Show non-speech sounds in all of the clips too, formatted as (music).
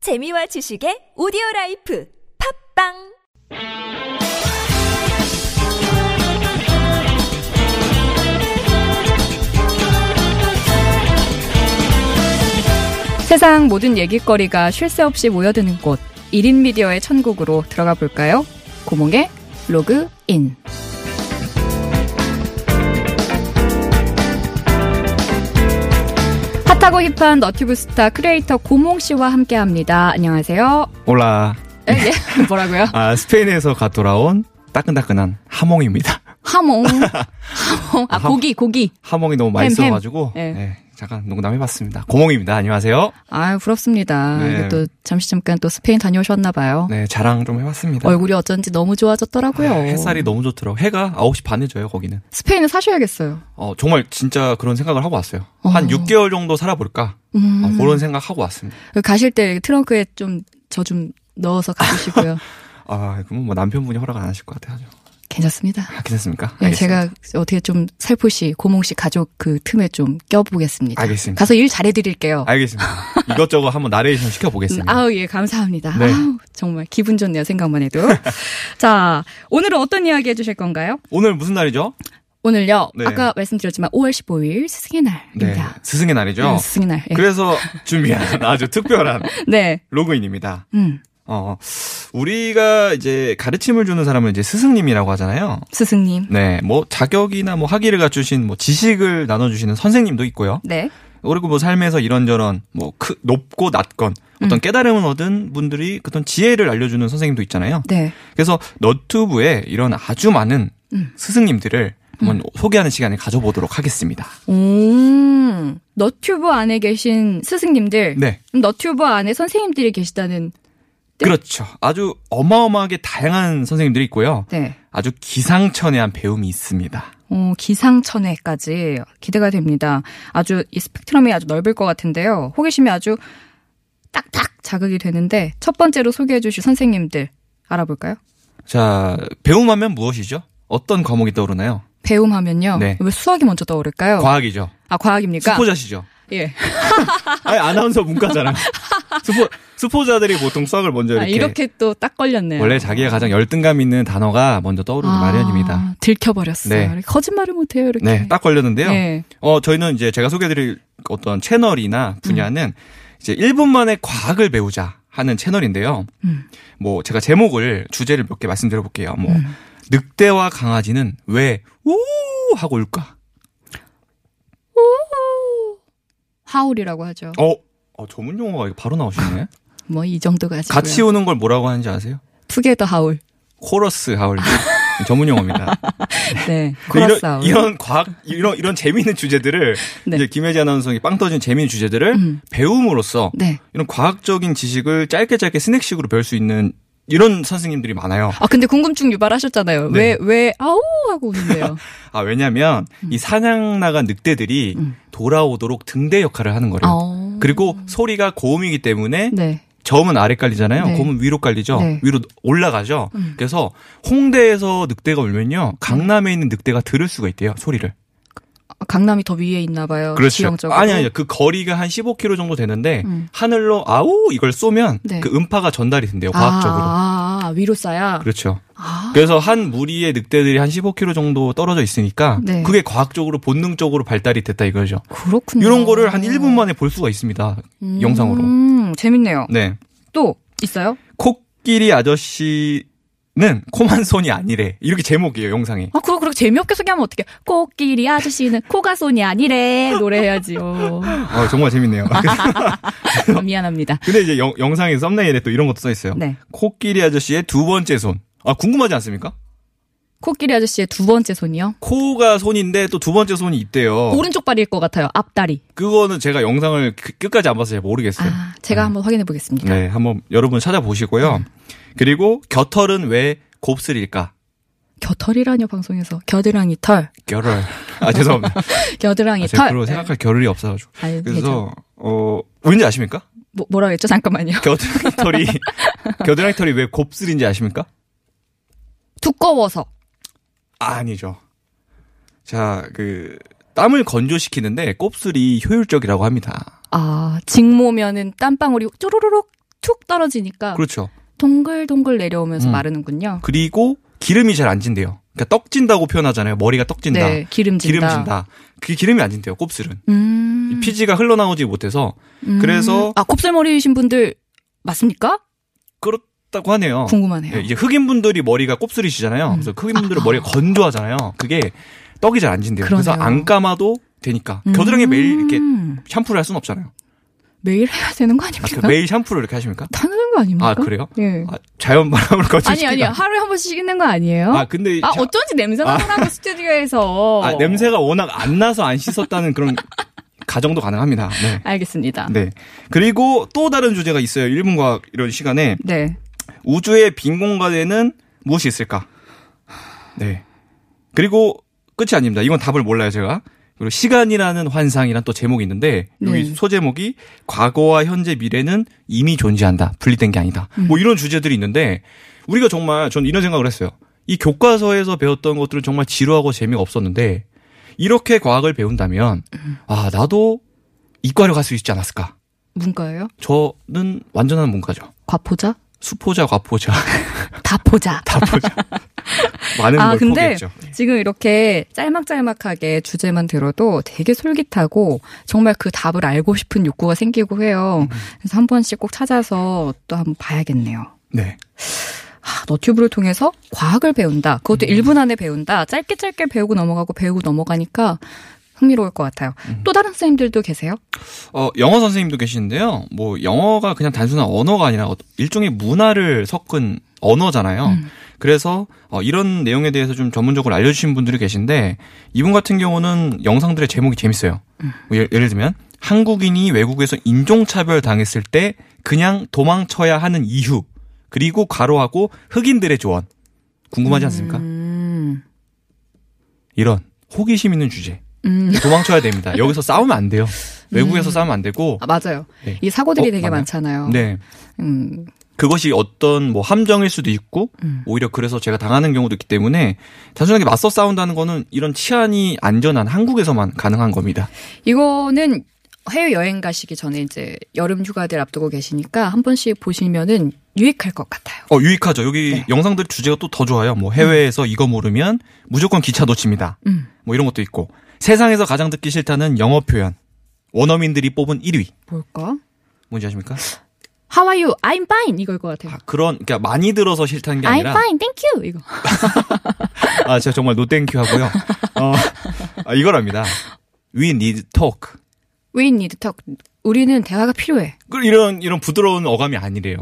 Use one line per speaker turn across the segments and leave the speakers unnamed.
재미와 지식의 오디오 라이프 팝빵
세상 모든 얘기거리가 쉴 새 없이 모여드는 곳 1인 미디어의 천국으로 들어가 볼까요? 고몽의 로그인 핫하고 힙한 너튜브 스타 크리에이터 고몽 씨와 함께합니다. 안녕하세요.
올라.
에, 예, (laughs) 뭐라고요?
아, 스페인에서 갓 돌아온 따끈따끈한 하몽입니다. (laughs)
하몽. 하몽. 아
함-
고기 고기.
하몽이 너무
햄,
맛있어가지고.
햄. 예.
네, 잠깐 농담해봤습니다. 고몽입니다. 안녕하세요.
아유 부럽습니다.
네.
이게 또 잠시 잠깐 또 스페인 다녀오셨나 봐요.
네, 자랑 좀 해봤습니다.
얼굴이 어쩐지 너무 좋아졌더라고요.
네, 햇살이 너무 좋더라고. 해가 9시 반에 져요, 거기는.
스페인에 사셔야겠어요.
어, 정말 진짜 그런 생각을 하고 왔어요.
어.
한 6개월 정도 살아볼까?
음.
어, 그런 생각하고 왔습니다.
그 가실 때 트렁크에 좀 저 좀 넣어서
(laughs)
가주시고요.
아, 그럼 뭐 남편분이 허락 안 하실 것 같아요.
괜찮습니다.
아, 괜찮습니까?
예,
알겠습니다.
제가 어떻게 좀 살포시 고몽씨 가족 그 틈에 좀 껴보겠습니다.
알겠습니다.
가서 일 잘해드릴게요.
알겠습니다.
(laughs)
이것저것 한번 나레이션 시켜보겠습니다.
아우 예 감사합니다.
네.
아우 정말 기분 좋네요 생각만
(laughs)
해도. 자 오늘은 어떤 이야기 해주실 건가요?
오늘 무슨 날이죠?
오늘요
네.
아까 말씀드렸지만 5월 15일 스승의 날입니다.
스승의 날이죠?
음, 스승의 날. 예.
그렇죠. 그래서 준비한 (laughs) 아주 특별한
네.
로그인입니다.
음
어, 우리가 이제 가르침을 주는 사람은 이제 스승님이라고 하잖아요.
스승님.
네, 뭐 자격이나 뭐 학위를 갖추신 뭐 지식을 나눠주시는 선생님도 있고요.
네.
그리고 뭐 삶에서 이런저런 뭐 크, 높고 낮건 어떤
음.
깨달음을 얻은 분들이 그 어떤 지혜를 알려주는 선생님도 있잖아요.
네.
그래서 너튜브에 이런 아주 많은
음.
스승님들을 한번 소개하는 시간을 가져보도록 하겠습니다.
오 음, 너튜브 안에 계신 스승님들.
네.
그럼 너튜브 안에 선생님들이 계시다는
그렇죠. 아주 어마어마하게 다양한 선생님들이 있고요.
네.
아주 기상천외한 배움이 있습니다.
어, 기상천외까지 기대가 됩니다. 아주 이 스펙트럼이 아주 넓을 것 같은데요. 호기심이 아주 딱딱 자극이 되는데 첫 번째로 소개해 주실 선생님들 알아볼까요?
자, 배움하면 무엇이죠? 어떤 과목이 떠오르나요?
배움하면요.
네.
왜 수학이 먼저 떠오를까요?
과학이죠.
아, 과학입니까?
수포자시죠.
예.
아니, 아나운서 문과잖아요. 수포, 수포자들이 보통 수학을 먼저
아,
이렇게.
이렇게 또 딱 걸렸네요.
원래 자기가 가장 열등감 있는 단어가 먼저 떠오르기
아,
마련입니다.
들켜버렸어요.
네.
이렇게 거짓말을 못해요, 이렇게.
네, 딱 걸렸는데요.
예.
어, 저희는 이제 제가 소개해드릴 어떤 채널이나 분야는 이제 1분 만에 과학을 배우자 하는 채널인데요.
음.
뭐 제가 제목을 주제를 몇 개 말씀드려 볼게요. 뭐
음.
늑대와 강아지는 왜우 하고 울까?
하울이라고 하죠.
어, 어 전문 용어가 이거 바로
(laughs)
나오시네.
뭐 이 정도 가지고.
같이 우는 걸 뭐라고 하는지 아세요?
투게더
(laughs)
하울.
코러스
(laughs)
하울. 전문 용어입니다.
네.
그 이런,
코러스 하울.
이런 과학, 이런, 이런 재미있는 주제들을,
네.
이제 김혜지 아나운서가 빵 터진 재미있는 주제들을
음.
배움으로써
네.
이런 과학적인 지식을 짧게 짧게 스낵식으로 배울 수 있는 이런 선생님들이 많아요.
아 근데 궁금증 유발하셨잖아요. 왜 왜
네.
아우 하고 웃는데요.
아, 왜냐면 이 사냥 나간 늑대들이
음.
돌아오도록 등대 역할을 하는 거래요.
아오.
그리고 소리가 고음이기 때문에
네.
저음은 아래 깔리잖아요.
네.
고음은 위로 깔리죠.
네. 음.
위로 올라가죠. 그래서 홍대에서 늑대가 울면요. 강남에 있는 늑대가 들을 수가 있대요. 소리를.
아, 강남이 더 위에 있나 봐요. 어, 지형적으로.
그렇죠. 아니 아니요. 그 거리가 한 15km 정도 되는데
음.
하늘로 아우 이걸 쏘면
네.
그 음파가 전달이 된대요.
아,
과학적으로.
아, 아, 위로 쌓야.
그렇죠.
아.
그래서 한 무리의 늑대들이 한 15km 정도 떨어져 있으니까
네.
그게 과학적으로 본능적으로 발달이 됐다 이거죠.
그렇군요.
이런 거를 한 1분 만에 볼 수가 있습니다.
음,
영상으로.
음, 재밌네요.
네.
또 있어요?
코끼리 아저씨는 코만 손이 아니래. 이렇게 제목이에요, 영상이.
아 그거 그렇게 재미없게 소개하면 어떡해. 코끼리 아저씨는 코가 손이 아니래 노래해야지요.
아, 정말
(laughs)
재밌네요.
아,
(laughs)
미안합니다.
근데 이제 영, 영상의 썸네일에 또 이런 것도 써 있어요.
네.
코끼리 아저씨의 두 번째 손. 아, 궁금하지 않습니까?
코끼리 아저씨의 두 번째 손이요.
코가 손인데 또 두 번째 손이 있대요.
오른쪽 발일 것 같아요. 앞다리.
그거는 제가 영상을 그- 끝까지 안 봐서 잘 모르겠어요.
아, 제가 한번 확인해 보겠습니다.
네, 한번 여러분 찾아보시고요.
음.
그리고 겨털은 왜 곱슬일까?
겨털이라뇨 방송에서 겨드랑이 털
겨럴.
(laughs)
아, 죄송합니다.
겨드랑이
아, 제가
털 네.
그런 생각할 겨를이 없어가지고.
아유, 네,
그래서, 어, 왠지 아십니까?
뭐, 뭐라 그랬죠 잠깐만요 (laughs)
겨드랑이 (laughs) 털이, 겨드랑이 털이 왜 곱슬인지 아십니까?
두꺼워서
아, 아니죠. 자, 그, 땀을 건조시키는데 곱슬이 효율적이라고 합니다.
아 직모면은 땀방울이 쪼르르륵 툭 떨어지니까
그렇죠.
동글동글 내려오면서
음.
마르는군요.
그리고 기름이 잘 안 진대요. 그러니까 떡진다고 표현하잖아요. 머리가 떡진다.
네, 기름진다.
기름진다. 그게 기름이 안 진대요. 곱슬은.
음.
이 피지가 흘러나오지 못해서
음.
그래서-
아 곱슬머리이신 분들 맞습니까?
그렇다고 하네요.
궁금하네요.
예, 이제 흑인분들이 머리가 곱슬이시잖아요. 그래서 흑인분들은 머리가 건조하잖아요. 그게 떡이 잘 안 진대요. 그래서
그러네요.
안 감아도 되니까. 겨드랑이
음.
매일 이렇게 샴푸를 할 수는 없잖아요.
매일 해야 되는 거
아, 그
아닙니까?
매일 샴푸를 이렇게 하십니까?
당연한 거 아닙니까?
아, 그래요?
예.
아, 자연 바람을 거치시다
아, 니 아니 하루에 한 번씩 씻는 거 아니에요?
아,
아,
근데 자-
어쩐지 냄새 나더라고 스튜디오에서.
아, 냄새가 워낙 안 나서 안 씻었다는 그런 가정도 가능합니다. 네.
알겠습니다.
네. 그리고 또 다른 주제가 있어요. 일본 과학 이런 시간에
네.
우주의 빈 공간에는 무엇이 있을까? 네. 그리고 끝이 아닙니다. 이건 답을 몰라요, 제가. 그리고 시간이라는 환상이란 또 제목이 있는데 여기
네.
소제목이 과거와 현재 미래는 이미 존재한다. 분리된 게 아니다. 뭐 이런 주제들이 있는데 우리가 정말 전 이런 생각을 했어요. 이 교과서에서 배웠던 것들은 정말 지루하고 재미가 없었는데 이렇게 과학을 배운다면 아, 나도 이과를 갈 수 있지 않았을까?
문과예요?
저는 완전한 문과죠.
과포자?
수포자, 과포자.
다 포자.
다 보죠. (laughs) 많은
아,
걸
근데
포기했죠.
지금 이렇게 짤막짤막하게 주제만 들어도 되게 솔깃하고 정말 그 답을 알고 싶은 욕구가 생기고
음.
해요. 그래서 한 번씩 꼭 찾아서 또 한번 봐야겠네요.
네.
아, 너튜브를 통해서 과학을 배운다.
음.
그것도 1분 안에 배운다. 짧게 짧게 배우고 넘어가고 배우고 넘어가니까 흥미로울 것 같아요.
음.
또 다른 선생님들도 계세요?
어, 영어 선생님도 계시는데요. 뭐 영어가 그냥 단순한 언어가 아니라 어떤 일종의 문화를 섞은 언어잖아요.
음.
그래서 어, 이런 내용에 대해서 좀 전문적으로 알려주신 분들이 계신데 이분 같은 경우는 영상들의 제목이 재밌어요. 뭐 예- 예를 들면 한국인이 외국에서 인종차별 당했을 때 그냥 도망쳐야 하는 이유 그리고 가로하고 흑인들의 조언 궁금하지 않습니까?
음.
이런 호기심 있는 주제.
음.
도망쳐야 됩니다. 여기서 싸우면 안 돼요. 외국에서 싸우면 안 되고.
아, 맞아요.
네.
이 사고들이
어,
되게
맞나요?
많잖아요.
네.
음.
그것이 어떤 뭐 함정일 수도 있고 오히려 그래서 제가 당하는 경우도 있기 때문에 단순하게 맞서 싸운다는 거는 이런 치안이 안전한 한국에서만 가능한 겁니다.
이거는 해외 여행 가시기 전에 이제 여름 휴가들 앞두고 계시니까 한 번씩 보시면은 유익할 것 같아요.
어 유익하죠. 여기
네.
영상들 주제가 또 더 좋아요. 뭐 해외에서 이거 모르면 무조건 기차 놓칩니다.
음.
뭐 이런 것도 있고 세상에서 가장 듣기 싫다는 영어 표현 원어민들이 뽑은 1위
뭘까?
뭔지 아십니까?
How are you? I'm fine. 이걸 것 같아요.
아, 그런 그러니까 많이 들어서 싫다는 게
I'm
아니라
fine. Thank you. 이거.
아, 제가 정말 노땡큐 하고요. 어, 아, 이거랍니다. We need talk.
We need talk. 우리는 대화가 필요해.
그 이런 이런 부드러운 어감이 아니래요.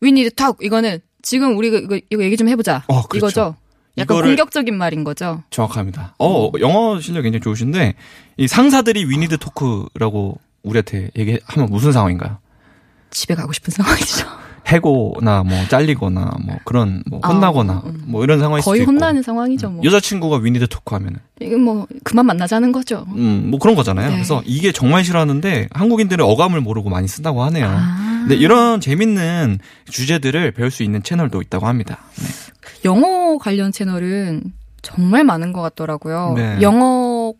We need talk. 이거는 지금 우리 이거 이거 얘기 좀 해보자.
어, 그렇죠.
이거죠. 약간
이거를-
공격적인 말인 거죠.
정확합니다. 어, 영어 실력 굉장히 좋으신데 이 상사들이 we need talk라고 우리한테 얘기하면 무슨 상황인가요?
집에 가고 싶은
(laughs)
상황이죠.
해고나 뭐 잘리거나 뭐 그런 뭐 혼나거나
아, 음.
뭐 이런 상황일 수도
거의
있고. 음.
혼나는 상황이죠. 뭐.
여자친구가 we need talk 하면은
이건 뭐 그만 만나자는 거죠.
음, 뭐 그런 거잖아요.
어? 네.
그래서 이게 정말 싫어하는데 한국인들은 어감을 모르고 많이 쓴다고 하네요.
아.
근데 이런 재밌는 주제들을 배울 수 있는 채널도 있다고 합니다. 네.
영어 관련 채널은 정말 많은 것 같더라고요.
네.
영어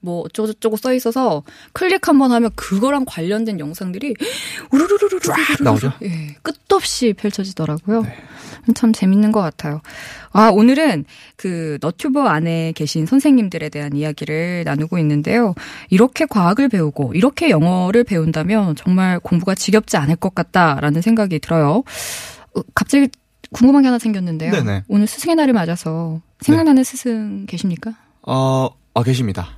뭐 어쩌고저쩌고 써 있어서 클릭 한번 하면 그거랑 관련된 영상들이 우르르르르
나오죠?
예, 끝도 없이 펼쳐지더라고요.
네.
참 재밌는 것 같아요. 아 오늘은 그 너튜버 안에 계신 선생님들에 대한 이야기를 나누고 있는데요. 이렇게 과학을 배우고 이렇게 영어를 배운다면 정말 공부가 지겹지 않을 것 같다라는 생각이 들어요. 어, 갑자기 궁금한 게 하나 생겼는데요.
네네. 네.
오늘 스승의 날을 맞아서 생각나는 스승 계십니까?
어, 아, 계십니다.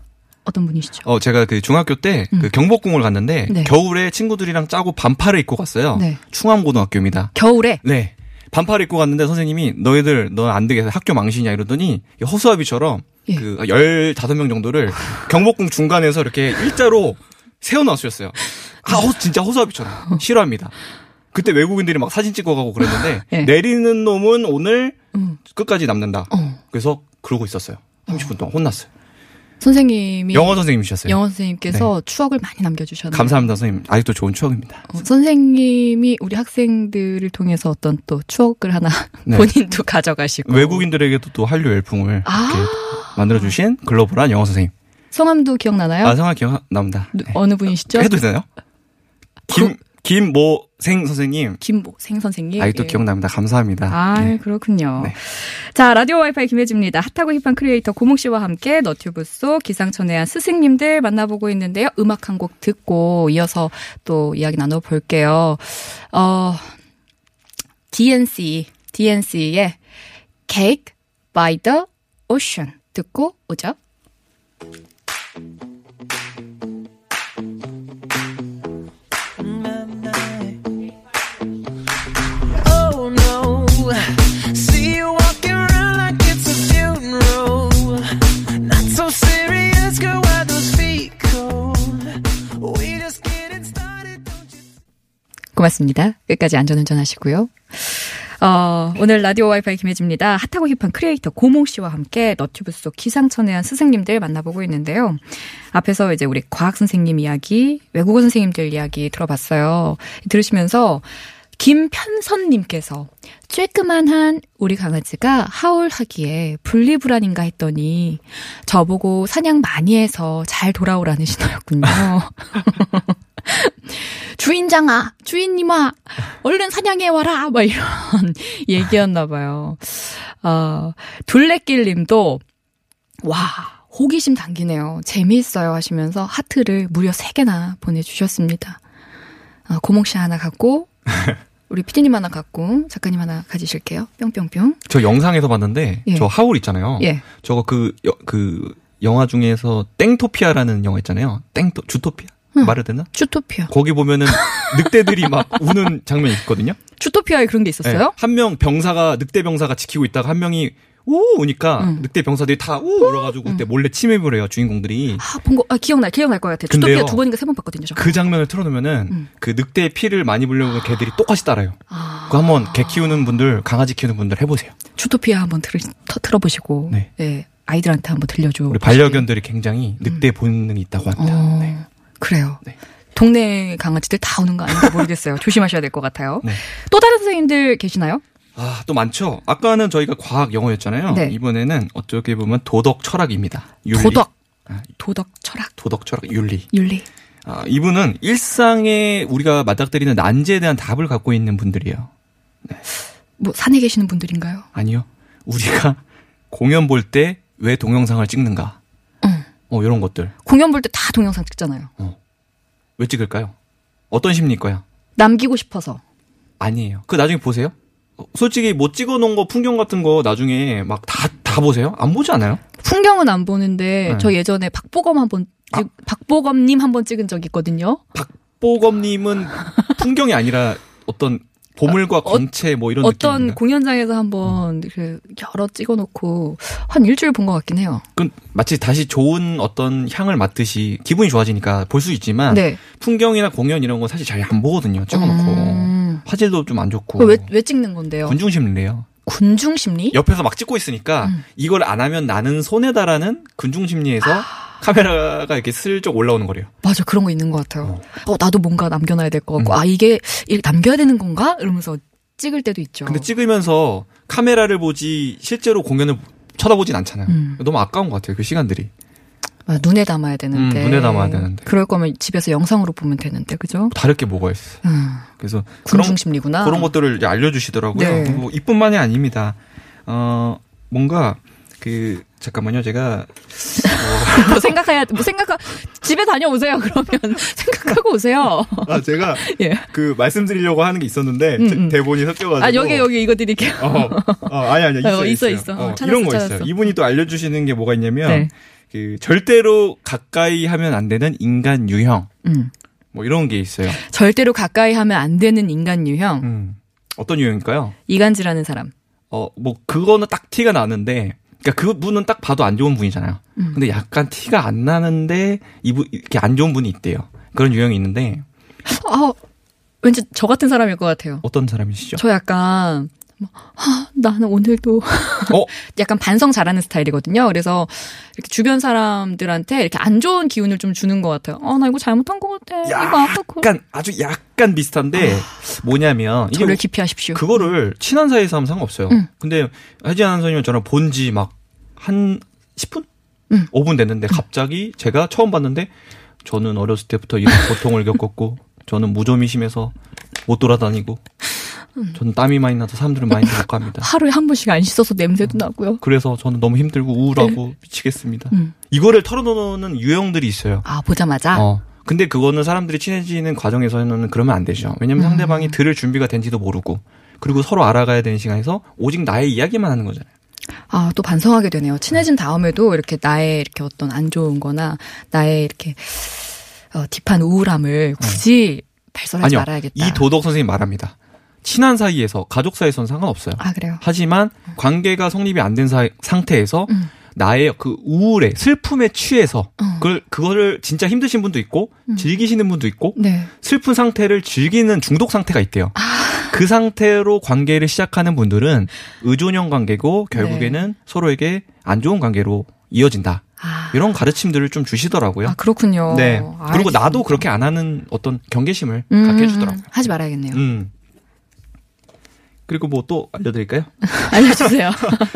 어떤 분이시죠?
어, 제가 그 중학교 때 그 경복궁을 갔는데
음. 네.
겨울에 친구들이랑 짜고 반팔을 입고 갔어요.
네.
충암고등학교입니다.
겨울에
네. 반팔 입고 갔는데 선생님이 너희들 너 안 되겠어. 학교 망신이야 이러더니 이 허수아비처럼
예.
그 15명 정도를 경복궁 중간에서 이렇게 일자로 세워 놨으셨어요. 아, 허, 진짜 허수아비처럼 싫어합니다. 그때 외국인들이 막 사진 찍어 가고 그랬는데
(laughs) 예.
내리는 놈은 오늘
음.
끝까지 남는다.
어.
그래서 그러고 있었어요. 30분 동안 혼났어요.
선생님이
영어 네. 선생님이셨어요.
영어 선생님께서 추억을 많이 남겨주셨네요.
감사합니다, 선생님. 아직도 좋은 추억입니다.
어, 선생님이 우리 학생들을 통해서 어떤 또 추억을 하나
네.
(laughs) 본인도 가져가시고
외국인들에게도 또 한류 열풍을
아.
이렇게 만들어주신 글로벌한 영어 선생님.
성함도 기억나나요?
아, 상황 기억납니다.
누-
네.
어느 분이시죠?
해도 되나요? 김, 김모생 선생님.
김보생 선생님.
아직도
예.
기억납니다. 감사합니다.
아,
네.
그렇군요.
네.
자, 라디오 와이파이 김혜지입니다. 핫하고 힙한 크리에이터 고몽 씨와 함께 너튜브 속 기상천외한 스승님들 만나보고 있는데요. 음악 한 곡 듣고 이어서 또 이야기 나눠볼게요. 어, DNC, DNC의 Cake by the Ocean 듣고 오죠.
Oh no, see you walking around like it's a funeral. Not so serious, girl. Why those feet cold? We just getting started, don't you?
고맙습니다. 끝까지 안전운전 하시고요. 어, 오늘 라디오 와이파이 김혜지입니다. 핫하고 힙한 크리에이터 고몽 씨와 함께 너튜브 속 기상천외한 스승님들 만나보고 있는데요. 앞에서 이제 우리 과학 선생님 이야기, 외국어 선생님들 이야기 들어봤어요. 들으시면서 김편선님께서 쬐끄만한 우리 강아지가 하울하기에 분리불안인가 했더니 저보고 사냥 많이 해서 잘 돌아오라는 신호였군요. 주인장아, 주인님아, 얼른 사냥해 와라, 막 이런 (laughs) 얘기였나 봐요. 어, 둘레길님도 와 호기심 당기네요. 재미있어요 하시면서 하트를 무려 3 개나 보내주셨습니다. 어, 고몽 씨 하나
(laughs)
갖고 우리 피디님 하나 갖고 작가님 하나 가지실게요. 뿅뿅뿅.
저 영상에서 봤는데
예.
저 하울 있잖아요.
예,
저거 그, 여- 그 영화 중에서 땡토피아라는 영화 있잖아요. 땡토 주토피아 말해도 되나?
주토피아.
거기 보면은
(laughs)
늑대들이 막 우는 장면이 있거든요. 예.
주토피아에 그런 게 있었어요?
한 명 병사가 늑대 병사가 지키고 있다가 한 명이 오 우니까 늑대 병사들이 다 오 울어가지고 그때 몰래 침입을 해요 주인공들이
아, 본 거, 아, 기억나, 기억날 것 같아요.
근데요.
주토피아 두 번인가 세 번 봤거든요. 저.
그 장면을 틀어놓으면은
음.
그 늑대의 피를 많이
아.
불려고 개들이 똑같이 따라요. 그거 한번 개 키우는 분들 강아지 키우는 분들 해보세요.
어, 주토피아 한번 들, 터, 틀어보시고,
네.
예, 아이들한테 한번 들려줘.
우리 반려견들이 굉장히 늑대 본능이 있다고 합니다.
음. 어,
네.
그래요.
네.
동네 강아지들 다 오는 거 아닌지
(laughs)
모르겠어요. 조심하셔야 될 것 같아요.
네.
또 다른 선생님들 계시나요?
아, 또 많죠? 아까는 저희가 과학 영어였잖아요.
네.
이번에는 어떻게 보면 도덕 철학입니다. 윤리.
도덕,
아,
도덕, 철학,
도덕 철학, 윤리.
윤리.
아, 이분은 일상에 우리가 맞닥뜨리는 난제에 대한 답을 갖고 있는 분들이에요.
뭐 산에 계시는 분들인가요?
아니요. 우리가 (laughs) 공연 볼 때 왜 동영상을 찍는가?
응.
어, 이런 것들.
공연 볼 때 다 동영상 찍잖아요.
왜 찍을까요? 어떤 심리일까요?
남기고 싶어서.
아니에요. 그 나중에 보세요. 어, 솔직히 못 찍어 놓은 거 풍경 같은 거 나중에 막 다 다 보세요? 안 보지 않아요?
풍경은 안 보는데
네. 아.
저 예전에 박보검 한번 찍, 박보검님 한 번 찍은 적 있거든요. (laughs)
박보검님은 풍경이 아니라 어떤 보물과 광채 뭐 이런 음.
어떤
느낌인가?
공연장에서 한번 그 여러 찍어놓고 한 일주일 본 것 같긴 해요.
그 마치 다시 좋은 어떤 향을 맡듯이 기분이 좋아지니까 볼 수 있지만
네.
풍경이나 공연 이런 건 사실 잘 안 보거든요. 찍어놓고
음.
화질도 좀 안 좋고
왜, 왜 찍는 건데요?
어. 군중심리래요.
군중 심리?
옆에서 막 찍고 있으니까
음.
이걸 안 하면 나는 손해다라는 군중심리에서
아.
카메라가 이렇게 슬쩍 올라오는 거래요.
맞아 그런 거 있는 것 같아요. 어, 나도 뭔가 남겨놔야 될 것 같고
음.
아 이게 이게 남겨야 되는 건가? 이러면서 찍을 때도 있죠.
근데 찍으면서 카메라를 보지 실제로 공연을 쳐다보진 않잖아요.
음.
너무 아까운 것 같아요. 그 시간들이.
아, 눈에 담아야 되는데.
음, 눈에 담아야 되는데.
그럴 거면 집에서 영상으로 보면 되는데 그죠?
다를 게 뭐가 있어.
음,
그래서 그런
군중 심리구나.
그런 것들을 이제 알려주시더라고요.
네.
뭐 이뿐만이 아닙니다. 어 뭔가 그 잠깐만요 제가
(laughs) 뭐 생각해야 뭐 생각 집에 다녀오세요 그러면 (laughs) 생각하고 오세요. (laughs)
아 제가
예.
그 말씀드리려고 하는 게 있었는데
제- 음.
대본이 섞여가지고
아 여기 여기 이거 드릴게요.
어, 어 아니 아니 있어
어, 있어, 있어.
있어,
어, 찾았어,
이런 거
찾았어.
있어요. 이분이 또 알려주시는 게 뭐가 있냐면
네.
그 절대로 가까이 하면 안 되는 인간 유형
음.
뭐 이런 게 있어요.
절대로 가까이 하면 안 되는 인간 유형
음. 어떤 유형일까요?
이간질하는 사람.
어, 뭐, 그거는 딱 티가 나는데, 그니까 그 분은 딱 봐도 안 좋은 분이잖아요.
음.
근데 약간 티가 안 나는데, 이분, 이렇게 안 좋은 분이 있대요. 그런 유형이 있는데,
아 왠지 저 같은 사람일 것 같아요. (laughs)
어떤 사람이시죠?
저 약간 뭐, 아, 나는 오늘도 (laughs)
어?
약간 반성 잘하는 스타일이거든요. 그래서 이렇게 주변 사람들한테 이렇게 안 좋은 기운을 좀 주는 것 같아요. 어, 나 이거 잘못한 것 같아. 이거 아프고.
약간, 아주 약간 비슷한데, 뭐냐면, 이게
아. 저를
뭐-
기피하십시오. 음.
그거를 친한 사이에서 하면 상관없어요. 근데, 하지않은 선생님 저랑 본 지 막, 한 10분?
음. (laughs)
5분 됐는데, 갑자기 제가 처음 봤는데, 저는 어렸을 때부터 이런 고통을 겪었고, 저는 무좀이 심해서 못 돌아다니고
음.
저는 땀이 많이 나서
(laughs)
사람들은 많이 못 갑니다.
하루에 한 번씩 안 씻어서 냄새도 나고요.
그래서 저는 너무 힘들고 우울하고 미치겠습니다.
음.
이거를 털어놓는 유형들이 있어요.
아 보자마자
어. 근데 그거는 사람들이 친해지는 과정에서는 그러면 안 되죠. 왜냐면
음.
상대방이 들을 준비가 된지도 모르고 그리고 서로 알아가야 되는 시간에서 오직 나의 이야기만 하는 거잖아요.
아 또 반성하게 되네요. 친해진 다음에도 이렇게 나의 이렇게 어떤 안 좋은거나 나의 이렇게 어, 딥한 우울함을 굳이 발설하지
네. 아니요.
말아야겠다.
이 도덕 선생님 말합니다. 친한 사이에서 가족 사이에서는 상관없어요.
아 그래요.
하지만 관계가 성립이 안 된 상태에서
음.
나의 그 우울에 슬픔에 취해서
어.
그걸 그거를 진짜 힘드신 분도 있고
음.
즐기시는 분도 있고
네.
슬픈 상태를 즐기는 중독 상태가 있대요.
아.
그 상태로 관계를 시작하는 분들은 의존형 관계고
네.
결국에는 서로에게 안 좋은 관계로 이어진다.
아,
이런 가르침들을 좀 주시더라고요.
아, 그렇군요. 아,
네. 그리고
알겠습니다.
나도 그렇게 안 하는 어떤 경계심을
음,
갖게 해주더라고요.
하지 말아야겠네요.
음. 그리고 뭐 또 알려드릴까요?
(laughs) 알려주세요.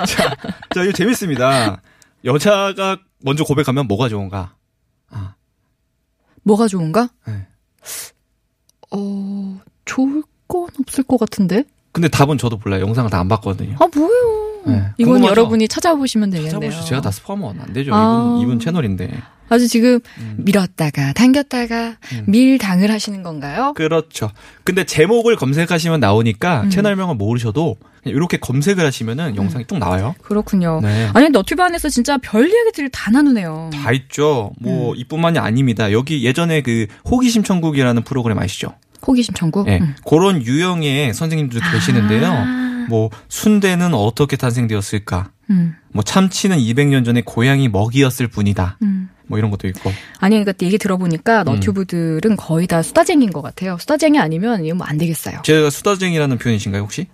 자, 자, 이거 재밌습니다. 여자가 먼저 고백하면 뭐가 좋은가? 아,
뭐가 좋은가?
네.
어, 좋을 건 없을 것 같은데?
근데 답은 저도 몰라요. 영상을 다 안 봤거든요.
아, 뭐예요?
네,
이건
궁금하죠?
여러분이 찾아보시면 되겠네요.
찾아보시죠. 제가 다 스포하면 안 되죠.
아.
이분, 이분 채널인데.
아주 지금
음.
밀었다가 당겼다가
음.
밀당을 하시는 건가요?
그렇죠. 근데 제목을 검색하시면 나오니까
음.
채널명을 모르셔도 그냥 이렇게 검색을 하시면은 영상이 뚝 나와요.
그, 렇군요
네.
아니, 너튜브 안에서 진짜 별 얘기들을 다 나누네요.
다 있죠.
음.
뭐 이뿐만이 아닙니다. 여기 예전에 그 호기심 천국이라는 프로그램 아시죠?
호기심 천국?
예.
음.
그런 유형의 선생님들도 계시는데요.
아.
뭐 순대는 어떻게 탄생되었을까?
음,
뭐 참치는 200년 전에 고양이 먹이였을 뿐이다.
음.
뭐 이런 것도 있고.
아니, 그러니까 얘기
음.
들어보니까 너튜브들은 거의 다 수다쟁이인 것 같아요. 수다쟁이 아니면 이건 뭐안 되겠어요.
제가 수다쟁이라는 표현이신가요, 혹시?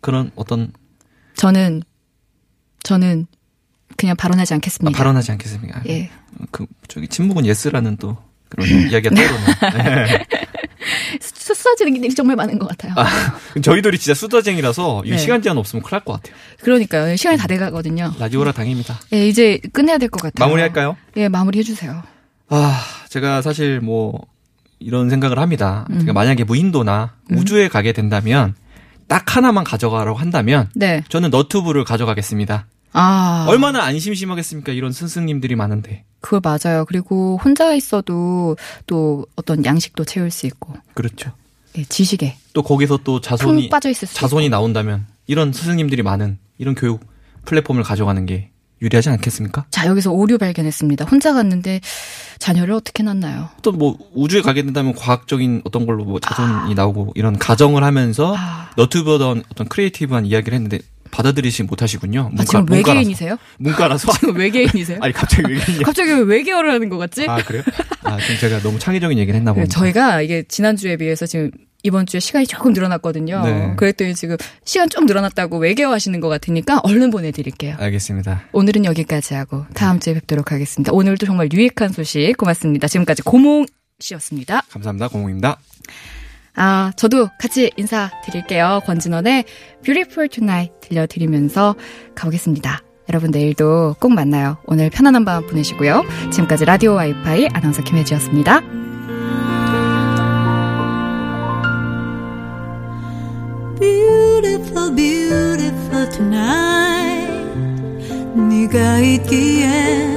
그런 어떤
저는, 저는 그냥 발언하지
아,
않겠습니다.
발언하지 않겠습니까?
음. 예.
그 저기 침묵은 예스라는 또 그런
음. (laughs)
이야기가 떠오르네요. 네.
수- 수다지는 일이 정말 많은 것 같아요.
저희들이 진짜 수다쟁이라서 이
네.
시간 제한 없으면 큰일 날 것 같아요.
그러니까요. 시간이 다 돼가거든요.
라디오라 당입니다.
예, 이제 끝내야 될 것 같아요.
마무리할까요?
예, 마무리 해주세요.
아, 제가 사실 뭐 이런 생각을 합니다.
음.
제가 만약에 무인도나 우주에 가게 된다면 딱 하나만 가져가라고 한다면
네.
저는 너튜브를 가져가겠습니다.
아,
얼마나 안 심심하겠습니까? 이런 스승님들이 많은데.
그거 맞아요. 그리고 혼자 있어도 또 어떤 양식도 채울 수 있고,
그렇죠.
예, 지식에
또 거기서 또
푹
자손이
빠져 있을 수
자손이 나온다면 이런 스승님들이 많은 이런 교육 플랫폼을 가져가는 게 유리하지 않겠습니까?
있고. 자, 여기서 오류 발견했습니다. 혼자 갔는데 자녀를 어떻게 낳나요? 아,
또 뭐 우주에 가게 된다면 과학적인 어떤 걸로 뭐 자손이 나오고 이런 가정을 하면서
아.
너튜브던 어떤 크리에이티브한 이야기를 했는데 받아들이지 못하시군요.
아, 지금 외계인이세요?
(laughs)
(laughs)
문과라서. 문과라서.
지금 외계인이세요?
(laughs) 아니 갑자기 외계인이야.
갑자기 왜 외계어를 하는 것 같지?
아 그래요? 아 지금 제가 너무 창의적인 얘기를 했나
네,
봅니다.
저희가 이게 지난주에 비해서 지금 이번 주에 시간이 조금 늘어났거든요.
네.
그랬더니 지금 시간 좀 늘어났다고 외계어 하시는 것 같으니까 얼른 보내드릴게요.
알겠습니다.
오늘은 여기까지 하고 다음 주에 뵙도록 하겠습니다. 오늘도 정말 유익한 소식 고맙습니다. 지금까지 고몽 씨였습니다.
감사합니다. 고몽입니다.
아, 저도 같이 인사드릴게요. 권진원의 Beautiful Tonight 들려드리면서 가보겠습니다. 여러분 내일도 꼭 만나요. 오늘 편안한 밤 보내시고요. 지금까지 라디오 와이파이 아나운서 김혜지였습니다.
beautiful, beautiful tonight. 네가 있기에